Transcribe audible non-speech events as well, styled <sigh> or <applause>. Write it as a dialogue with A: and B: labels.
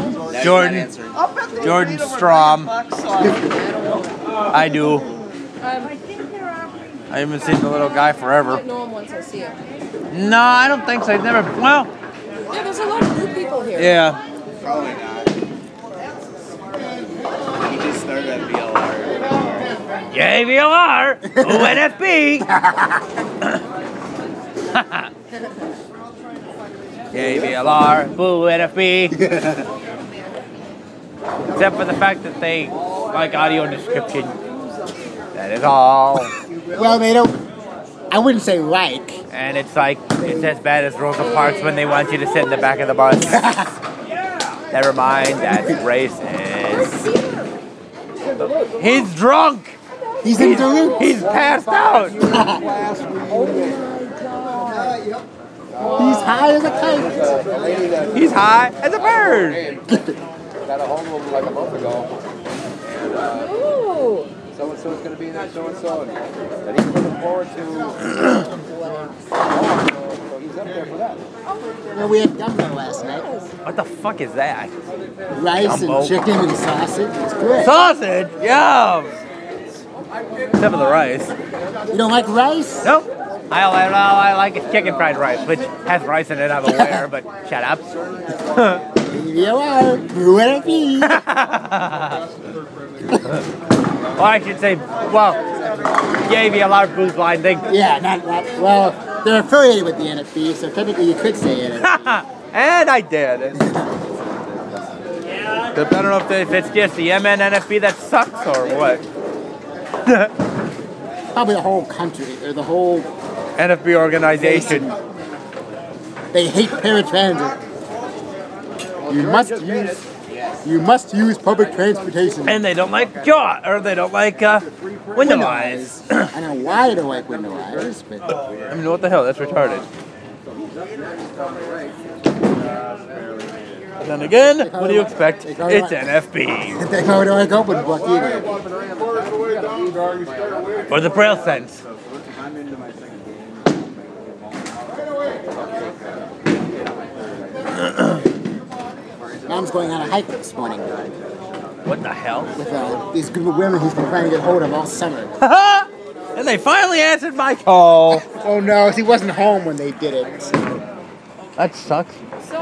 A: he's not
B: Jordan.
A: answering.
C: I'll bet they
B: Jordan
C: made him a
B: Strom.
C: Red Fox song.
B: I do.
D: Um, I think they're offering.
B: I haven't seen the little guy forever.
D: Might know him once I see him.
B: No, I don't think so. I've never. Well,
D: Yeah, there's a lot of new people here.
B: yeah.
A: Probably not. He just started at VLR.
B: Yay, VLR! ONFB! Yay, VLR! Boo, NFB! Except for the fact that they like audio description. That is all.
E: Well, they don't. I wouldn't say like.
B: And it's like, it's as bad as Rosa Parks when they want you to sit in the back of the
E: <laughs>
B: bus. Never mind, that's racist. He's drunk!
E: He's in Duluth.
B: He's passed out!
E: He's high as a kite.
B: He's high as a bird!
F: Got a hold of him like a month ago.
D: Ooh.
F: So and so's gonna be there, so and so, and he's looking forward to. so he's up there for that.
E: Well, we had gumbo last night.
B: What the fuck is that?
E: Rice
B: Gumbo.
E: and chicken and sausage. It's good.
B: Sausage! Yum! Except for the rice.
E: You don't like rice?
B: Nope. I, I, I like is chicken fried rice, which has rice in it, I'm aware, but shut up.
E: VLR. Brew it be.
B: Or I should say, well, yay, the alarm booth line thing.
E: Yeah, not, not well. They're affiliated with the NFB, so technically you could say
B: <laughs> <laughs>
E: NFB.
B: and I did. I don't know if, they, if it's just the MNNFB that sucks or what.
E: Probably the whole country or the whole.
B: NFB organization.
E: They hate paratransit. You must use. You must use public transportation.
B: And they don't like jaw, or they don't like uh, window eyes.
E: I don't know why I don't like window eyes, but
B: <laughs> I mean, what the hell? That's retarded. Then again, what do you expect? It's NFB.
E: they probably don't like open book either.
B: Or the Braille sense.
E: Mom's going on a hike this morning
B: What the hell? <laughs>
E: with uh, these group of women he's been trying to get hold of all summer.
B: and they finally answered my call.
E: Oh no, he wasn't home when they did it.
B: That sucks.
D: So